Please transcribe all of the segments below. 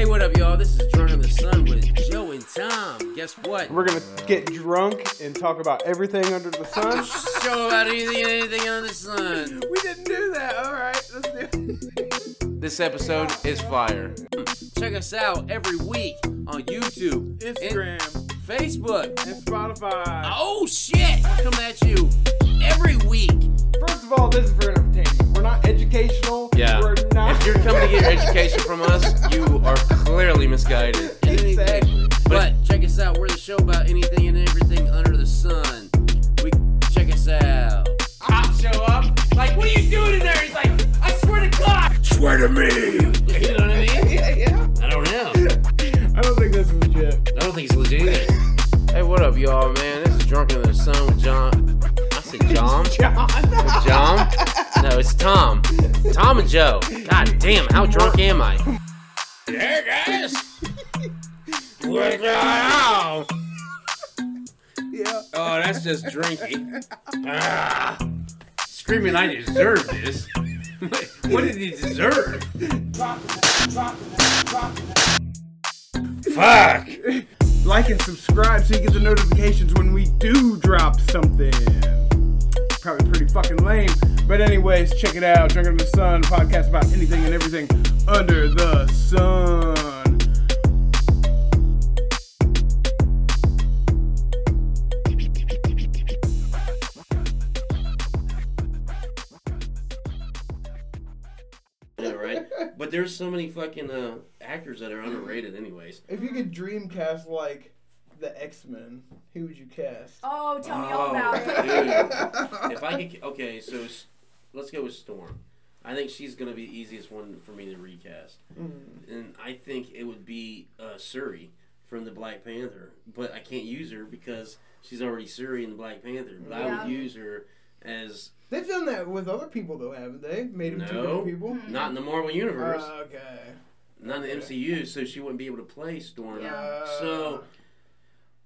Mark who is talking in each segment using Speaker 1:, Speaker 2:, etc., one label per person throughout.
Speaker 1: This is Drunk in the Sun with Joe and Tom. Guess what?
Speaker 2: We're gonna get drunk and talk about everything under the sun.
Speaker 1: Show about anything and anything under the sun.
Speaker 3: We didn't do that. All right, let's do it.
Speaker 4: This episode is fire.
Speaker 1: Check us out every week on YouTube,
Speaker 3: Instagram
Speaker 1: and Facebook.
Speaker 3: and Spotify.
Speaker 1: Oh shit! Come at you every week.
Speaker 2: First of all, this is for entertainment. We're not educational.
Speaker 4: Yeah.
Speaker 2: We're not.
Speaker 4: If you're coming to get your education from us, you are clearly misguided.
Speaker 1: Anything.
Speaker 2: Exactly.
Speaker 1: But check us out. We're the show about anything and everything under the sun. We check us out.
Speaker 4: Cops show up. Like, what are you doing in there? He's like, I swear to God.
Speaker 1: Swear to me. You know what I mean?
Speaker 2: yeah, yeah.
Speaker 1: I don't know.
Speaker 2: I don't think that's legit.
Speaker 1: I don't think it's legit either.
Speaker 4: Hey, what up, y'all, man? This is Drunk in the Sun with John. I said John.
Speaker 2: John.
Speaker 4: John? No, it's Tom. Tom and Joe. God damn, how drunk am I?
Speaker 1: Hey guys. What's going on?
Speaker 2: Yeah.
Speaker 1: Oh, that's just drinking. Ah, screaming, I deserve this. what did he deserve? Fuck!
Speaker 3: Like and subscribe so you get the notifications when we do drop something. Probably pretty fucking lame. But anyways, check it out. Drinking the Sun, a podcast about anything and everything under the sun.
Speaker 4: Yeah, right? But there's so many fucking uh, actors that are underrated, anyways.
Speaker 2: If you could dream cast like the X Men, who would you cast?
Speaker 5: Oh, tell me all about
Speaker 4: Oh,
Speaker 5: it.
Speaker 4: dude. if I could, okay, so s- let's go with Storm. I think she's gonna be the easiest one for me to recast,
Speaker 5: Mm.
Speaker 4: and I think it would be uh, Suri from the Black Panther. But I can't use her because she's already Suri in the Black Panther. But I
Speaker 5: Yeah.
Speaker 4: would use her as
Speaker 2: They've done that with other people though, haven't they? Made them two
Speaker 4: No.
Speaker 2: different people.
Speaker 4: not in the Marvel universe,
Speaker 2: Uh, okay.
Speaker 4: not in the MCU, so she wouldn't be able to play Storm.
Speaker 5: Yeah.
Speaker 2: Uh,
Speaker 4: So,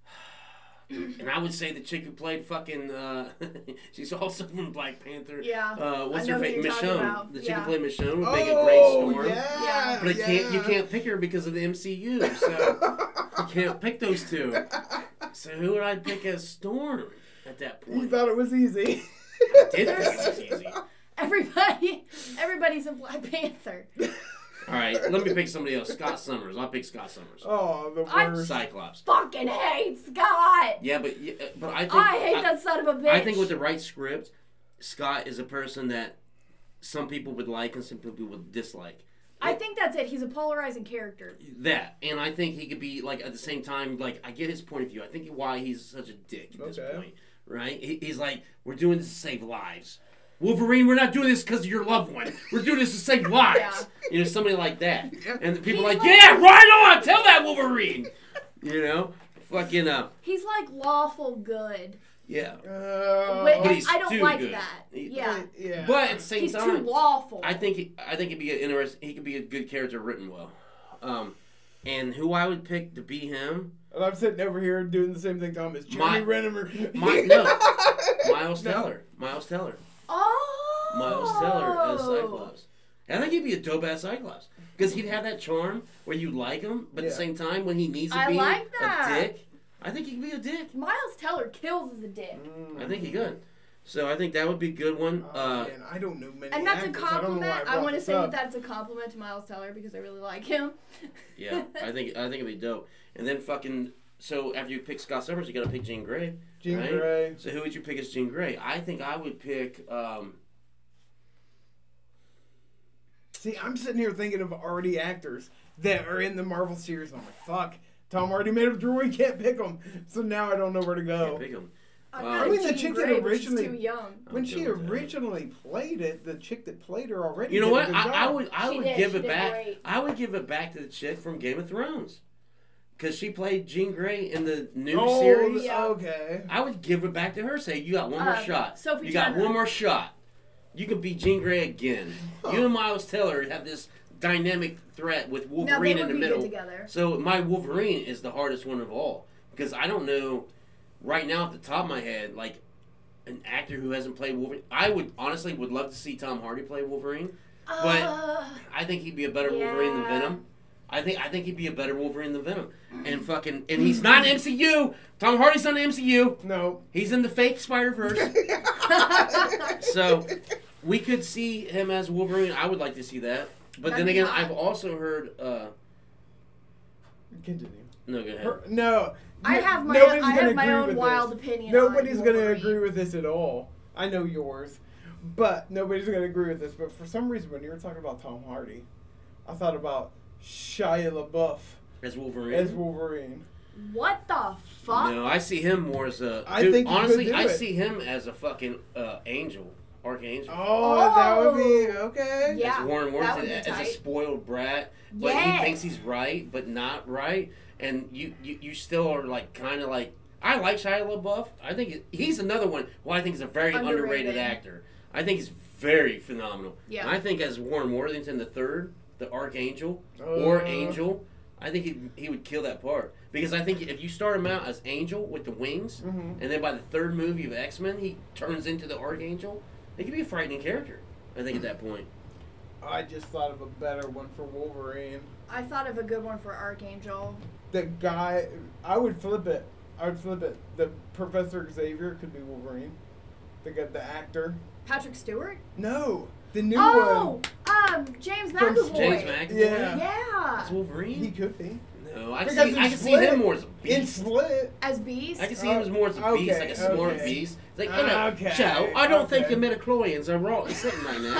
Speaker 4: and I would say the chick who played fucking, uh, she's also from Black Panther.
Speaker 5: Yeah.
Speaker 4: Uh, what's
Speaker 5: I
Speaker 4: her
Speaker 5: know who
Speaker 4: name?
Speaker 5: you're talking
Speaker 4: Michonne.
Speaker 5: about.
Speaker 4: The chick
Speaker 5: Yeah.
Speaker 4: who played Michonne would
Speaker 2: oh,
Speaker 4: make a great Storm.
Speaker 2: Yeah.
Speaker 5: Yeah.
Speaker 4: But I can't, you
Speaker 2: yeah.
Speaker 4: can't pick her because of the MCU, so you can't pick those two. So who would I pick as Storm at that
Speaker 2: You
Speaker 4: point?
Speaker 2: thought it was easy.
Speaker 4: I did think it was easy.
Speaker 5: Everybody, everybody's a Black Panther.
Speaker 4: All right, let me pick somebody else. Scott Summers. I'll pick Scott Summers.
Speaker 2: Oh, the
Speaker 5: I'm
Speaker 2: worst.
Speaker 4: Cyclops.
Speaker 5: Fucking hate Scott.
Speaker 4: Yeah, but yeah, but I think
Speaker 5: I hate that son of a bitch.
Speaker 4: I think with the right script, Scott is a person that some people would like and some people would dislike.
Speaker 5: I think that's it. He's a polarizing character.
Speaker 4: That, and I think he could be like at the same time. Like I get his point of view. I think why he's such a dick at this
Speaker 2: Okay.
Speaker 4: point, right? He, he's like, we're doing this to save lives. Wolverine, we're not doing this because of your loved one. We're doing this to save lives. You know, somebody like that. And the people
Speaker 5: He's
Speaker 4: like,
Speaker 5: like-
Speaker 4: yeah, right on. Tell that Wolverine. you know, fucking uh,
Speaker 5: He's like lawful good.
Speaker 4: yeah.
Speaker 2: Uh,
Speaker 5: Wait,
Speaker 4: But he's
Speaker 5: I don't
Speaker 4: too
Speaker 5: like
Speaker 4: good.
Speaker 5: that.
Speaker 4: He-
Speaker 5: Yeah.
Speaker 2: yeah.
Speaker 4: But at the same
Speaker 5: He's
Speaker 4: time,
Speaker 5: too lawful.
Speaker 4: I think he- I think it'd be an interest. He could be a good character written well. Um, and who I would pick to be him?
Speaker 2: And I'm sitting over here doing the same thing Tom is.
Speaker 4: My-
Speaker 2: Jeremy Renner.
Speaker 4: My, no, Miles Teller. Miles Teller.
Speaker 5: oh.
Speaker 4: Miles Teller as Cyclops. And I think he'd be a dope ass Cyclops because he'd have that charm where you like him, but at
Speaker 2: Yeah.
Speaker 4: the same time when he needs to
Speaker 5: I
Speaker 4: be
Speaker 5: like that.
Speaker 4: a dick, I think he could be a dick.
Speaker 5: Miles Teller kills as a dick.
Speaker 2: Mm,
Speaker 4: I think he could. So I think that would be a good one. Uh,
Speaker 2: Oh, Man, I don't know many.
Speaker 5: And that's a
Speaker 2: actors. I don't know why
Speaker 5: compliment. I,
Speaker 2: brought
Speaker 5: want to
Speaker 2: this
Speaker 5: say
Speaker 2: up.
Speaker 5: that that's a compliment to Miles Teller because I really like him.
Speaker 4: yeah, I think I think it'd be dope. And then fucking so after you pick Scott Summers, you gotta pick Jean Grey.
Speaker 2: Jean
Speaker 4: right?
Speaker 2: Grey.
Speaker 4: So who would you pick as Jean Grey? I think I would pick. Um,
Speaker 2: See, I'm sitting here thinking of already actors that are in the Marvel series. and I'm like, fuck. Tom already made up Drew. We can't pick him. So now I don't know where to go.
Speaker 4: can't pick him.
Speaker 5: I've
Speaker 4: Wow.
Speaker 5: got
Speaker 4: I
Speaker 2: mean, the
Speaker 5: Jean
Speaker 2: chick that
Speaker 5: Grey, but she's
Speaker 2: originally-
Speaker 5: too young.
Speaker 2: When
Speaker 4: I'm
Speaker 2: she
Speaker 4: good with that.
Speaker 2: originally played it, the chick that played her already.
Speaker 4: You know
Speaker 2: did a
Speaker 4: what?
Speaker 2: good job.
Speaker 4: I, I would. I
Speaker 5: She
Speaker 4: would
Speaker 5: did,
Speaker 4: give
Speaker 5: she
Speaker 4: it
Speaker 5: did
Speaker 4: back.
Speaker 5: great.
Speaker 4: I would give it back to the chick from Game of Thrones, because she played Jean Grey in the new
Speaker 2: Oh,
Speaker 4: series.
Speaker 5: yeah.
Speaker 2: okay.
Speaker 4: I would give it back to her. Say you got one more
Speaker 5: Uh,
Speaker 4: shot.
Speaker 5: Sophie
Speaker 4: you got
Speaker 5: Turner.
Speaker 4: one more shot. You could be Jean Grey again. You and Miles Teller have this dynamic threat with
Speaker 5: Now they
Speaker 4: Wolverine in
Speaker 5: would
Speaker 4: the
Speaker 5: be
Speaker 4: middle.
Speaker 5: good together.
Speaker 4: So my Wolverine is the hardest one of all because I don't know right now at the top of my head like an actor who hasn't played Wolverine. I would honestly would love to see Tom Hardy play Wolverine. But-
Speaker 5: Uh,
Speaker 4: I think he'd be a better
Speaker 5: Yeah.
Speaker 4: Wolverine than Venom. I think I think he'd be a better Wolverine than Venom.
Speaker 5: Mm.
Speaker 4: And fucking and he's not in MCU. Tom Hardy's not in MCU.
Speaker 2: No.
Speaker 4: He's in the fake Spider Verse. so we could see him as Wolverine. I would like to see that. But
Speaker 5: That'd
Speaker 4: then
Speaker 5: be
Speaker 4: again,
Speaker 5: hot.
Speaker 4: I've also heard. Uh,
Speaker 2: Continue.
Speaker 4: no, go ahead.
Speaker 2: Her- no.
Speaker 5: I
Speaker 2: No-
Speaker 5: have my
Speaker 2: nobody's
Speaker 5: own, I
Speaker 2: gonna
Speaker 5: have my
Speaker 2: agree
Speaker 5: own
Speaker 2: with
Speaker 5: wild
Speaker 2: this.
Speaker 5: opinion.
Speaker 2: Nobody's
Speaker 5: on
Speaker 2: going to
Speaker 5: Wolverine.
Speaker 2: agree with this at all. I know yours, but nobody's going to agree with this. But for some reason, when you were talking about Tom Hardy, I thought about Shia LaBeouf
Speaker 4: As Wolverine.
Speaker 2: as Wolverine.
Speaker 5: What the fuck?
Speaker 4: No, I see him more as a.
Speaker 2: I
Speaker 4: dude,
Speaker 2: think he could
Speaker 4: honestly,
Speaker 2: do
Speaker 4: I
Speaker 2: it.
Speaker 4: see him as a fucking uh, angel, archangel.
Speaker 2: Oh, that would be
Speaker 5: Oh.
Speaker 2: okay.
Speaker 5: Yeah.
Speaker 4: as Warren
Speaker 5: that would
Speaker 4: Worthington
Speaker 5: be
Speaker 4: as a
Speaker 5: tight.
Speaker 4: spoiled brat, but
Speaker 5: Yes.
Speaker 4: he thinks he's right, but not right, and you you, you still are like kind of like I like Shia LaBeouf. I think he- he's another one who I think is a very underrated,
Speaker 5: Underrated.
Speaker 4: actor. I think he's very phenomenal.
Speaker 5: Yeah.
Speaker 4: And I think as Warren Worthington the third, the Archangel or
Speaker 2: Uh.
Speaker 4: Angel, I think he he would kill that part because I think if you start him out as Angel with the wings,
Speaker 2: Mhm.
Speaker 4: and then by the third movie of X Men, he turns into the Archangel. It could be a frightening character. I think at that point.
Speaker 2: I just thought of a better one for Wolverine.
Speaker 5: I thought of a good one for Archangel.
Speaker 2: The guy, I would flip it. I would flip it. The Professor Xavier could be Wolverine. The guy, the actor.
Speaker 5: Patrick Stewart?
Speaker 2: No, the new
Speaker 5: oh, um, James
Speaker 2: From
Speaker 5: McAvoy.
Speaker 4: James McAvoy.
Speaker 2: Yeah.
Speaker 5: Yeah.
Speaker 4: As
Speaker 2: one. He
Speaker 4: Wolverine?
Speaker 2: could be
Speaker 4: No, I
Speaker 2: Because
Speaker 4: see.
Speaker 2: in
Speaker 4: I can see
Speaker 2: Split-
Speaker 4: him more as a
Speaker 2: in
Speaker 4: beast.
Speaker 2: Split.
Speaker 5: As Beast.
Speaker 4: I can see him as more as a
Speaker 2: Oh,
Speaker 4: beast, like a
Speaker 2: okay,
Speaker 4: smart
Speaker 2: okay.
Speaker 4: beast. It's like, you know,
Speaker 2: Okay,
Speaker 4: Joe, I don't think
Speaker 2: okay.
Speaker 4: the midichlorians are wrong sitting right now.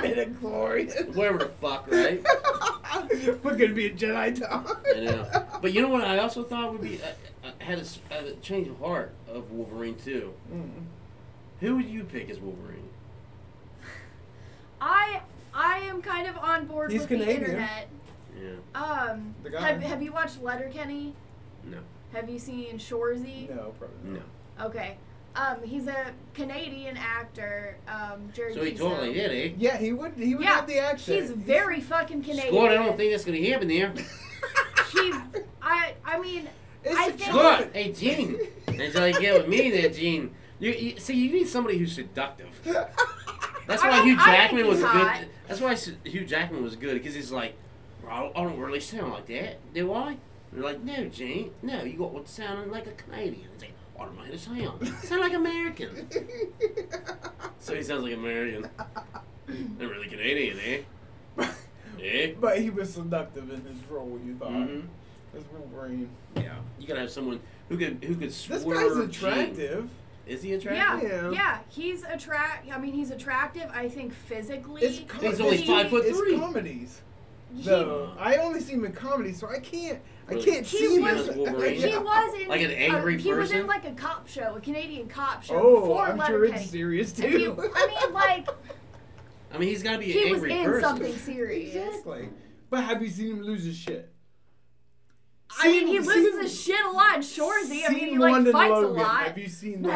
Speaker 2: Midichlorian.
Speaker 4: Whatever the fuck, right?
Speaker 2: We're gonna be a Jedi Tom.
Speaker 4: I know. But you know what? I also thought would be I, I had, a, s- had a change of heart of Wolverine too.
Speaker 2: Mm.
Speaker 4: Who would you pick as Wolverine?
Speaker 5: I I am kind of on board
Speaker 2: He's
Speaker 5: with
Speaker 2: Canadian.
Speaker 5: the internet.
Speaker 4: Yeah,
Speaker 5: Um,
Speaker 2: The guy.
Speaker 5: have, have you watched Letterkenny?
Speaker 4: no,
Speaker 5: Have you seen Shoresy?
Speaker 2: No, probably
Speaker 4: no.
Speaker 2: not.
Speaker 5: Okay. Um, he's a Canadian actor. Um, Jerry.
Speaker 4: So he
Speaker 5: Kiso.
Speaker 4: totally did, eh?
Speaker 2: Yeah, he would. He would
Speaker 5: Yeah,
Speaker 2: have the action.
Speaker 5: He's very fucking Canadian.
Speaker 4: Scott, I don't think that's gonna happen there.
Speaker 5: He, I, I mean,
Speaker 2: It's
Speaker 5: I
Speaker 2: a
Speaker 5: think-
Speaker 4: Scott,
Speaker 2: choice.
Speaker 4: hey Gene, that's all you get with me, there, Gene. You, you see, you need somebody who's seductive. That's
Speaker 5: I
Speaker 4: why
Speaker 5: don't-
Speaker 4: Hugh
Speaker 5: I think
Speaker 4: Jackman was
Speaker 5: he's hot.
Speaker 4: good. That's why s- Hugh Jackman was good because he's like, "Bro, I don't really sound like that, do I? And they're like, no, Gene, no, you got what sounding like a Canadian. He's like, I don't know how to sound. I sound like American. so he sounds like American. Not really Canadian, eh? Eh?
Speaker 2: but he was seductive in his role. You thought
Speaker 4: Mhm.
Speaker 2: as Wolverine.
Speaker 4: Yeah. You gotta have someone who could who could swerve.
Speaker 2: This guy's
Speaker 4: Gene.
Speaker 2: attractive.
Speaker 4: Is he
Speaker 5: yeah,
Speaker 4: attractive?
Speaker 2: Yeah.
Speaker 5: yeah, he's attract. I mean, he's attractive. I think physically.
Speaker 2: It's comedy.
Speaker 4: He's only five foot
Speaker 2: it's
Speaker 4: three.
Speaker 2: comedies.
Speaker 5: He,
Speaker 2: Though I only see him in comedy, so I can't. I
Speaker 4: Really?
Speaker 2: can't
Speaker 5: He
Speaker 2: see him
Speaker 5: was-
Speaker 2: as-
Speaker 4: Wolverine?
Speaker 5: he was in
Speaker 4: Like an
Speaker 5: a-
Speaker 4: angry
Speaker 5: he was
Speaker 4: person?
Speaker 5: in like a cop show, a Canadian cop show
Speaker 2: Oh,
Speaker 5: before
Speaker 2: I'm sure
Speaker 5: Letterkenny.
Speaker 2: it's serious too.
Speaker 5: If you- I mean, like
Speaker 4: I mean, he's gotta be an
Speaker 5: he was
Speaker 4: angry
Speaker 5: in
Speaker 4: person.
Speaker 5: something serious.
Speaker 2: Exactly. But have you seen him lose his shit?
Speaker 5: I mean, he
Speaker 2: Seen-
Speaker 5: loses
Speaker 2: seen-
Speaker 5: his shit a lot. Shorzy, I mean, he
Speaker 2: seen
Speaker 5: like
Speaker 2: London
Speaker 5: fights
Speaker 2: Logan.
Speaker 5: a lot.
Speaker 2: Have you seen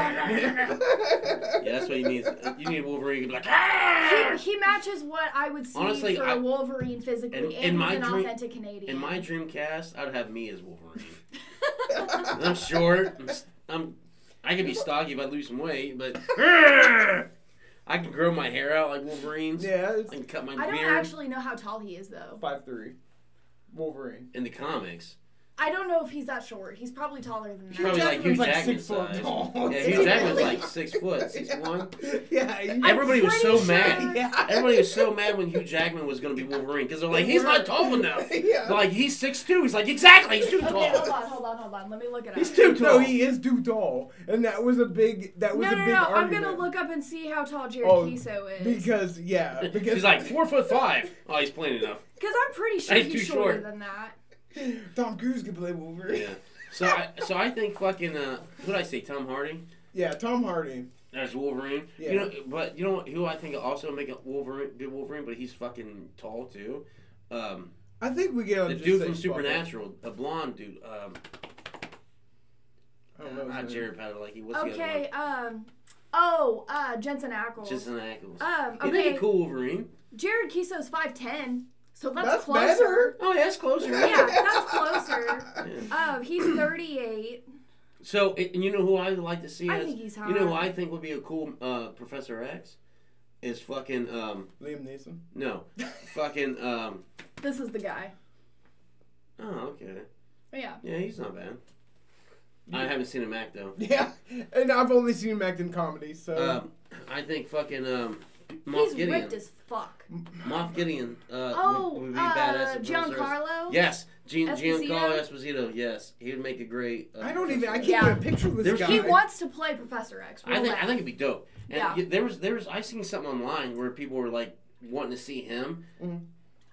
Speaker 2: that?
Speaker 4: Yeah, that's what you need. You need Wolverine to be like, "Ah!"
Speaker 5: He, he matches what I would see
Speaker 4: Honestly,
Speaker 5: for a
Speaker 4: I-
Speaker 5: Wolverine physically,
Speaker 4: in-
Speaker 5: and,
Speaker 4: in
Speaker 5: he's
Speaker 4: my
Speaker 5: an
Speaker 4: dream-
Speaker 5: authentic Canadian.
Speaker 4: In my dream cast, I'd have me as Wolverine. I'm short. I'm, s- I'm. I could be stocky if I lose some weight, but I can grow my hair out like Wolverine's.
Speaker 2: Ah! yeah, it's
Speaker 4: I can cut my
Speaker 5: I don't
Speaker 4: beard.
Speaker 5: actually know how tall he is though.
Speaker 2: five three. Wolverine.
Speaker 4: In the comics,
Speaker 5: I don't know if he's that short. He's probably taller than
Speaker 4: He's probably
Speaker 5: that.
Speaker 4: like Hugh
Speaker 2: Jackman's like
Speaker 4: Jackman
Speaker 2: six foot
Speaker 4: size.
Speaker 2: tall.
Speaker 4: Yeah, Hugh Jackman's
Speaker 5: Really?
Speaker 4: like six foot, six one.
Speaker 2: Yeah. he-
Speaker 4: Everybody was so
Speaker 5: pretty sure-
Speaker 4: mad.
Speaker 2: yeah.
Speaker 4: Everybody was so mad when Hugh Jackman was going to be Wolverine because they're like, he's not tall enough.
Speaker 2: Yeah.
Speaker 4: They're like, he's six two. He's like, exactly, he's too
Speaker 5: Okay, hold
Speaker 4: tall.
Speaker 5: on, hold on, hold on. Let me look it up.
Speaker 4: He's too tall.
Speaker 2: No, he is too tall, and that was a big. That was
Speaker 5: no,
Speaker 2: a
Speaker 5: no,
Speaker 2: big
Speaker 5: no. I'm
Speaker 2: argument.
Speaker 5: gonna look up and see how tall Jared
Speaker 2: Oh,
Speaker 5: Kiso is.
Speaker 2: because yeah, because
Speaker 4: He's like four foot five. Oh, he's plain enough.
Speaker 5: Because I'm pretty sure
Speaker 4: He's
Speaker 5: he's,
Speaker 4: too
Speaker 5: shorter
Speaker 4: short.
Speaker 5: than that.
Speaker 2: Tom Cruise could play Wolverine.
Speaker 4: Yeah. So I so I think fucking uh, what did I say? Tom Hardy
Speaker 2: Yeah, Tom Hardy.
Speaker 4: as Wolverine.
Speaker 2: Yeah.
Speaker 4: You know, but you know what- who I think also make a Wolverine good Wolverine, but he's fucking tall too. Um,
Speaker 2: I think we get on
Speaker 4: the
Speaker 2: just
Speaker 4: dude
Speaker 2: say
Speaker 4: from
Speaker 2: fuck it.
Speaker 4: Supernatural, the blonde dude. Um,
Speaker 2: I don't know his
Speaker 4: not
Speaker 2: name.
Speaker 4: Jared Padalecki. What's the other
Speaker 5: Okay. Um. Oh, uh, Jensen Ackles.
Speaker 4: one? Jensen Ackles.
Speaker 5: Um.
Speaker 4: He'd make
Speaker 5: Okay.
Speaker 4: a cool Wolverine.
Speaker 5: Jared Kiso's five ten, so that's,
Speaker 2: That's
Speaker 5: closer.
Speaker 2: better.
Speaker 4: Oh, yeah, that's closer.
Speaker 5: Yeah, that's closer.
Speaker 4: Yeah.
Speaker 5: Oh, he's thirty eight.
Speaker 4: So and and you know who I would like to see?
Speaker 5: I
Speaker 4: as-
Speaker 5: think he's
Speaker 4: You know who
Speaker 5: hot.
Speaker 4: I think would be a cool uh, Professor X? Is fucking um
Speaker 2: Liam Neeson.
Speaker 4: no, fucking um
Speaker 5: This is the guy.
Speaker 4: Oh, okay.
Speaker 5: But yeah.
Speaker 4: Yeah, he's not bad. I haven't seen him act though.
Speaker 2: Yeah, and I've only seen him act in comedy, so
Speaker 4: Um, I think fucking um,
Speaker 5: He's
Speaker 4: Moff
Speaker 5: ripped
Speaker 4: Gideon.
Speaker 5: as fuck.
Speaker 4: Moff Gideon. Uh,
Speaker 5: Oh,
Speaker 4: would be badass
Speaker 5: uh,
Speaker 4: at Bruce Willis.
Speaker 5: Giancarlo.
Speaker 4: Yes, Gian,
Speaker 5: Esposito?
Speaker 4: Giancarlo Esposito. Yes, he would make a great. Uh,
Speaker 2: I don't even. I can't
Speaker 5: Yeah.
Speaker 2: even picture this
Speaker 4: There's-
Speaker 2: guy.
Speaker 5: He wants to play Professor X.
Speaker 4: I
Speaker 5: real
Speaker 4: think I
Speaker 5: bad.
Speaker 4: think it'd be dope. And
Speaker 5: Yeah.
Speaker 4: yeah. There was there was I seen something online where people were like wanting to see him,
Speaker 2: Mhm.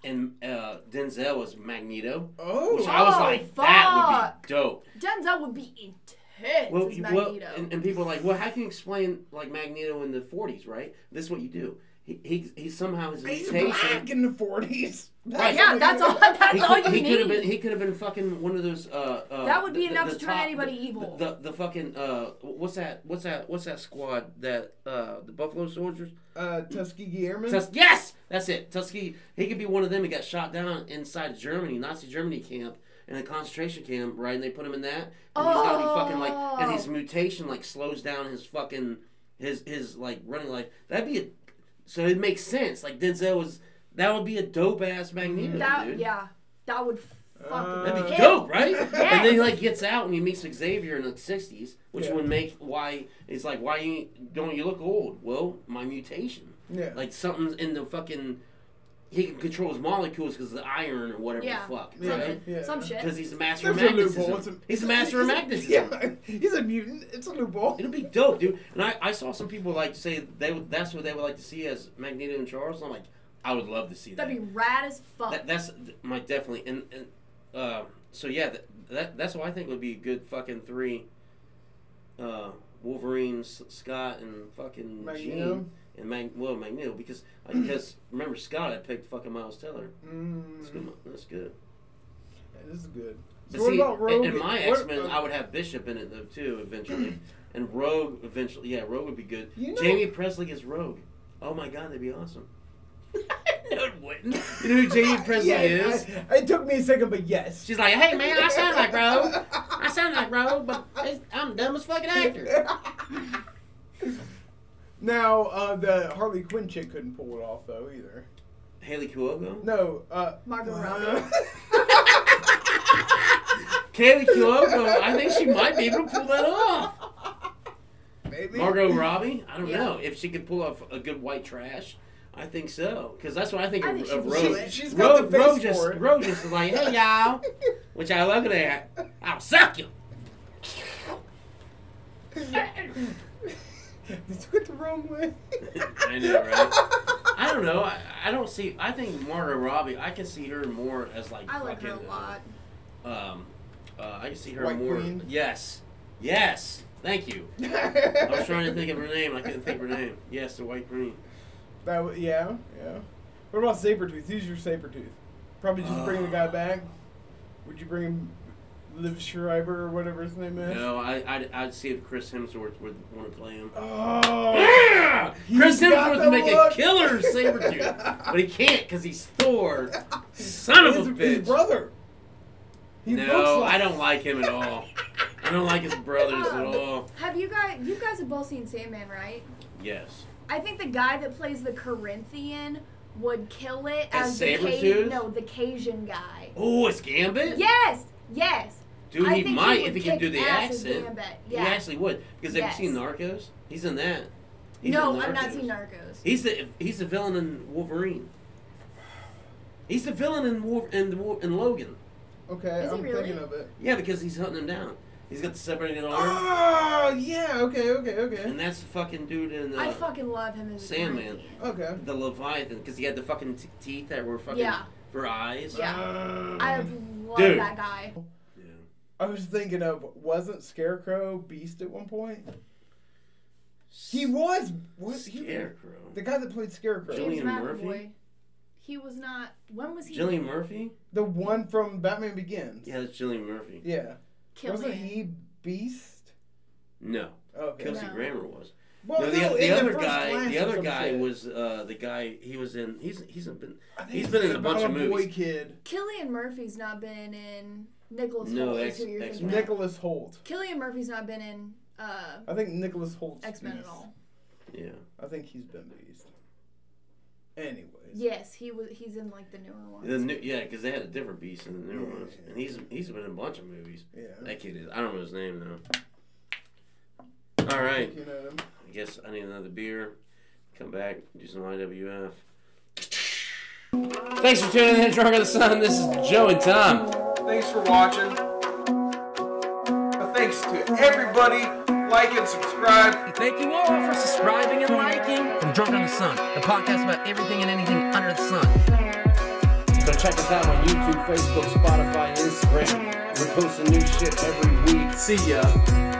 Speaker 4: and uh, Denzel was Magneto,
Speaker 2: oh,
Speaker 4: which I was
Speaker 5: Oh,
Speaker 4: like, that would
Speaker 5: fuck.
Speaker 4: be dope.
Speaker 5: Denzel would be intense
Speaker 4: Well,
Speaker 5: as
Speaker 4: you-
Speaker 5: Magneto.
Speaker 4: well and, and people are like, well, how can you explain like Magneto in the '40s, right? This is what you do. He he, he somehow is
Speaker 2: he's black in the forties.
Speaker 4: Right.
Speaker 5: yeah, that's all. That's
Speaker 4: He,
Speaker 5: all
Speaker 4: could-
Speaker 5: you
Speaker 4: he could
Speaker 5: need.
Speaker 4: have been. He could have been fucking one of those. Uh, uh,
Speaker 5: That would be
Speaker 4: the-
Speaker 5: enough
Speaker 4: the
Speaker 5: to turn
Speaker 4: top-
Speaker 5: anybody
Speaker 4: the-
Speaker 5: evil.
Speaker 4: The, the fucking uh, what's that? What's that? What's that squad that uh, the Buffalo Soldiers?
Speaker 2: Uh, Tuskegee Airmen.
Speaker 4: Tus- yes, that's it. Tuskegee. He could be one of them. He got shot down inside Germany, Nazi Germany camp, in a concentration camp, right? And they put him in that, and he's got to be fucking like, and his
Speaker 5: Oh.
Speaker 4: mutation like slows down his fucking his his like running life. That'd be a. So it makes sense. Like Denzel was. That would be a dope ass Magneto,
Speaker 5: that
Speaker 4: dude.
Speaker 5: yeah, that would fucking
Speaker 2: Uh,
Speaker 4: That'd be
Speaker 5: hit.
Speaker 4: dope, right?
Speaker 5: Yes.
Speaker 4: And then he like gets out and he meets Xavier in the sixties, which
Speaker 2: Yeah.
Speaker 4: would make why it's like why you don't you look old? Well, my mutation.
Speaker 2: Yeah.
Speaker 4: Like something's in the fucking. He can control his molecules because of the iron or whatever
Speaker 5: Yeah.
Speaker 4: the fuck,
Speaker 2: Yeah.
Speaker 4: right?
Speaker 2: Yeah.
Speaker 5: Some shit.
Speaker 4: Because he's a master
Speaker 2: There's
Speaker 4: of
Speaker 2: a loophole. It's
Speaker 4: magnetism. He's a master of magnetism.
Speaker 2: Yeah, he's a mutant. It's a loophole.
Speaker 4: It'll be dope, dude. And I, I saw some people like say they would, that's what they would like to see as Magneto and Charles. I'm like, I would love to see that.
Speaker 5: That'd be rad as fuck.
Speaker 4: That, that's my definitely and, and uh, so yeah that, that that's what I think would be a good fucking three. Uh, Wolverine, S- Scott, and fucking
Speaker 2: Magneto.
Speaker 4: Jean and Mag well Magneto because because remember Scott had picked fucking Miles Teller. That's
Speaker 2: Mm,
Speaker 4: good. That's good.
Speaker 2: this is good. So
Speaker 4: But
Speaker 2: what
Speaker 4: see,
Speaker 2: about Rogue?
Speaker 4: in, in my
Speaker 2: What-
Speaker 4: X Men,
Speaker 2: uh,
Speaker 4: I would have Bishop in it though too eventually, and Rogue eventually. Yeah, Rogue would be good.
Speaker 2: You know-
Speaker 4: Jamie Presley as Rogue. Oh my god, that'd be awesome. no, it wouldn't. You know who Jamie Presley
Speaker 2: yeah,
Speaker 4: is?
Speaker 2: I- it took me a second, but yes.
Speaker 4: She's like, hey man, I sound like Rogue. I sound like Rogue, but it's, I'm the dumbest fucking actor.
Speaker 2: now uh, the Harley Quinn chick couldn't pull it off though either.
Speaker 4: Haley Cuoco?
Speaker 2: No, uh,
Speaker 5: Margot
Speaker 2: uh,
Speaker 4: Haley Cuoco, I think she might be able to pull that off.
Speaker 2: maybe
Speaker 4: Margot Robbie? I don't
Speaker 5: Yeah.
Speaker 4: know. If she could pull off a good white trash, I think so. Because that's what I think
Speaker 5: I
Speaker 4: of,
Speaker 5: think she
Speaker 4: of
Speaker 5: would.
Speaker 4: Rogue.
Speaker 2: She- she's got
Speaker 4: Rogue,
Speaker 2: the face
Speaker 4: Rogue,
Speaker 2: for
Speaker 4: just,
Speaker 2: it.
Speaker 4: Rogue just is like, hey y'all, which I look at her, I'll suck you.
Speaker 2: They took it the wrong way.
Speaker 4: I know, right? I don't know. I, I don't see. I think Margot Robbie. I can see her more as like.
Speaker 5: I like her a
Speaker 4: fucking, uh,
Speaker 5: lot.
Speaker 4: Um, uh, I can see her
Speaker 2: White
Speaker 4: more.
Speaker 2: Queen?
Speaker 4: Yes, yes. Thank you. I was trying to think of her name. I couldn't think of her name. Yes, the White Queen.
Speaker 2: That w- yeah, yeah. What about Sabretooth? Who's your Sabretooth? Probably just bring the
Speaker 4: Uh.
Speaker 2: guy back. Would you bring him Liv Schreiber or whatever his name is?
Speaker 4: No, I, I'd, I'd see if Chris Hemsworth would want to play him.
Speaker 2: Oh.
Speaker 4: Yeah!
Speaker 2: He's
Speaker 4: Chris
Speaker 2: got
Speaker 4: Hemsworth
Speaker 2: the
Speaker 4: would make
Speaker 2: look.
Speaker 4: a killer Sabretooth. but he can't because he's Thor. Son of
Speaker 2: his,
Speaker 4: a bitch.
Speaker 2: his brother. He
Speaker 4: no,
Speaker 2: looks like
Speaker 4: I don't like him at all. I don't like his brothers at all.
Speaker 5: Have you guys? You guys have both seen Sandman, right?
Speaker 4: Yes.
Speaker 5: I think the guy that plays the Corinthian would kill it
Speaker 4: As
Speaker 5: as the
Speaker 4: Sabretooth?
Speaker 5: Ca- no, the Cajun guy.
Speaker 4: Oh, it's Gambit?
Speaker 5: Yes, yes.
Speaker 4: Dude,
Speaker 5: I
Speaker 4: he
Speaker 5: think he
Speaker 4: might
Speaker 5: would
Speaker 4: if he can
Speaker 5: kick
Speaker 4: do the
Speaker 5: ass as
Speaker 4: accent.
Speaker 5: Gambit,
Speaker 4: He
Speaker 5: yeah.
Speaker 4: actually would. Because have
Speaker 5: Yes.
Speaker 4: you seen Narcos? He's in that. He's
Speaker 5: no,
Speaker 4: in
Speaker 5: I've not
Speaker 4: Narcos.
Speaker 5: seen Narcos.
Speaker 4: He's the he's the villain in Wolverine. He's the villain in Wolf in the Wol- in Logan.
Speaker 2: Okay,
Speaker 5: Is he
Speaker 2: I'm
Speaker 5: really?
Speaker 2: thinking of it.
Speaker 4: Yeah, because he's hunting him down. He's got the separated arm,
Speaker 2: Oh yeah, okay, okay, okay.
Speaker 4: and that's the fucking dude in uh,
Speaker 5: I fucking love him as a
Speaker 4: Sandman.
Speaker 5: Corinthian.
Speaker 2: Okay.
Speaker 4: the Leviathan because he had the fucking t- teeth that were fucking
Speaker 5: Yeah.
Speaker 4: for eyes.
Speaker 5: Yeah.
Speaker 2: Um,
Speaker 5: I love
Speaker 4: Dude.
Speaker 5: that guy.
Speaker 4: Yeah.
Speaker 2: I was thinking of wasn't Scarecrow Beast at one point? He was. Was he?
Speaker 4: Scarecrow.
Speaker 2: The guy that played Scarecrow.
Speaker 4: Jimmy-
Speaker 5: James
Speaker 4: Cillian Murphy?
Speaker 5: McAvoy. He was not. When was he?
Speaker 4: Jillian Murphy?
Speaker 2: The one from Batman Begins.
Speaker 4: Yeah, that's Jillian Murphy.
Speaker 2: Yeah.
Speaker 5: Killian.
Speaker 2: Wasn't he Beast?
Speaker 4: No,
Speaker 2: Okay.
Speaker 4: Kelsey
Speaker 5: No.
Speaker 4: Grammer was.
Speaker 2: Well,
Speaker 4: no, the,
Speaker 2: Oh, no,
Speaker 4: the
Speaker 2: in
Speaker 4: other
Speaker 2: first
Speaker 4: guy,
Speaker 2: class
Speaker 4: the
Speaker 2: or
Speaker 4: other
Speaker 2: some
Speaker 4: guy
Speaker 2: shit.
Speaker 4: was uh, the guy. He was in. He's he's been.
Speaker 2: I think
Speaker 4: he's
Speaker 2: it's
Speaker 4: been in a
Speaker 2: about
Speaker 4: bunch of
Speaker 2: Boy
Speaker 4: movies.
Speaker 2: kid.
Speaker 5: Killian Murphy's not been in. Nicholas
Speaker 4: No,
Speaker 5: Holt
Speaker 4: X-
Speaker 5: is who you're
Speaker 4: X-
Speaker 5: thinking. of.
Speaker 2: Nicholas Holt.
Speaker 5: Killian Murphy's not been in uh,
Speaker 2: I think Nicholas Holt.
Speaker 5: X Men at all.
Speaker 4: Yeah.
Speaker 2: I think he's been Beast. Anyways.
Speaker 5: Yes, he was. He's in like the newer ones.
Speaker 4: The new, yeah, because they had a different beast in the new
Speaker 2: Yeah.
Speaker 4: ones, and he's he's been in a bunch of movies.
Speaker 2: Yeah.
Speaker 4: That kid is. I don't know his name though. All right,
Speaker 2: You know them.
Speaker 4: I guess I need another beer. Come back, do some IWF. Thanks for tuning in, to Drunk of the Sun. This is Joe and Tom.
Speaker 3: Thanks for watching. Thanks to everybody. Like and subscribe.
Speaker 6: Thank you all for subscribing and liking. From Drunk on the Sun, the podcast about everything and anything under the sun.
Speaker 4: So check us out on YouTube, Facebook, Spotify, Instagram. We're posting new shit every week. See ya.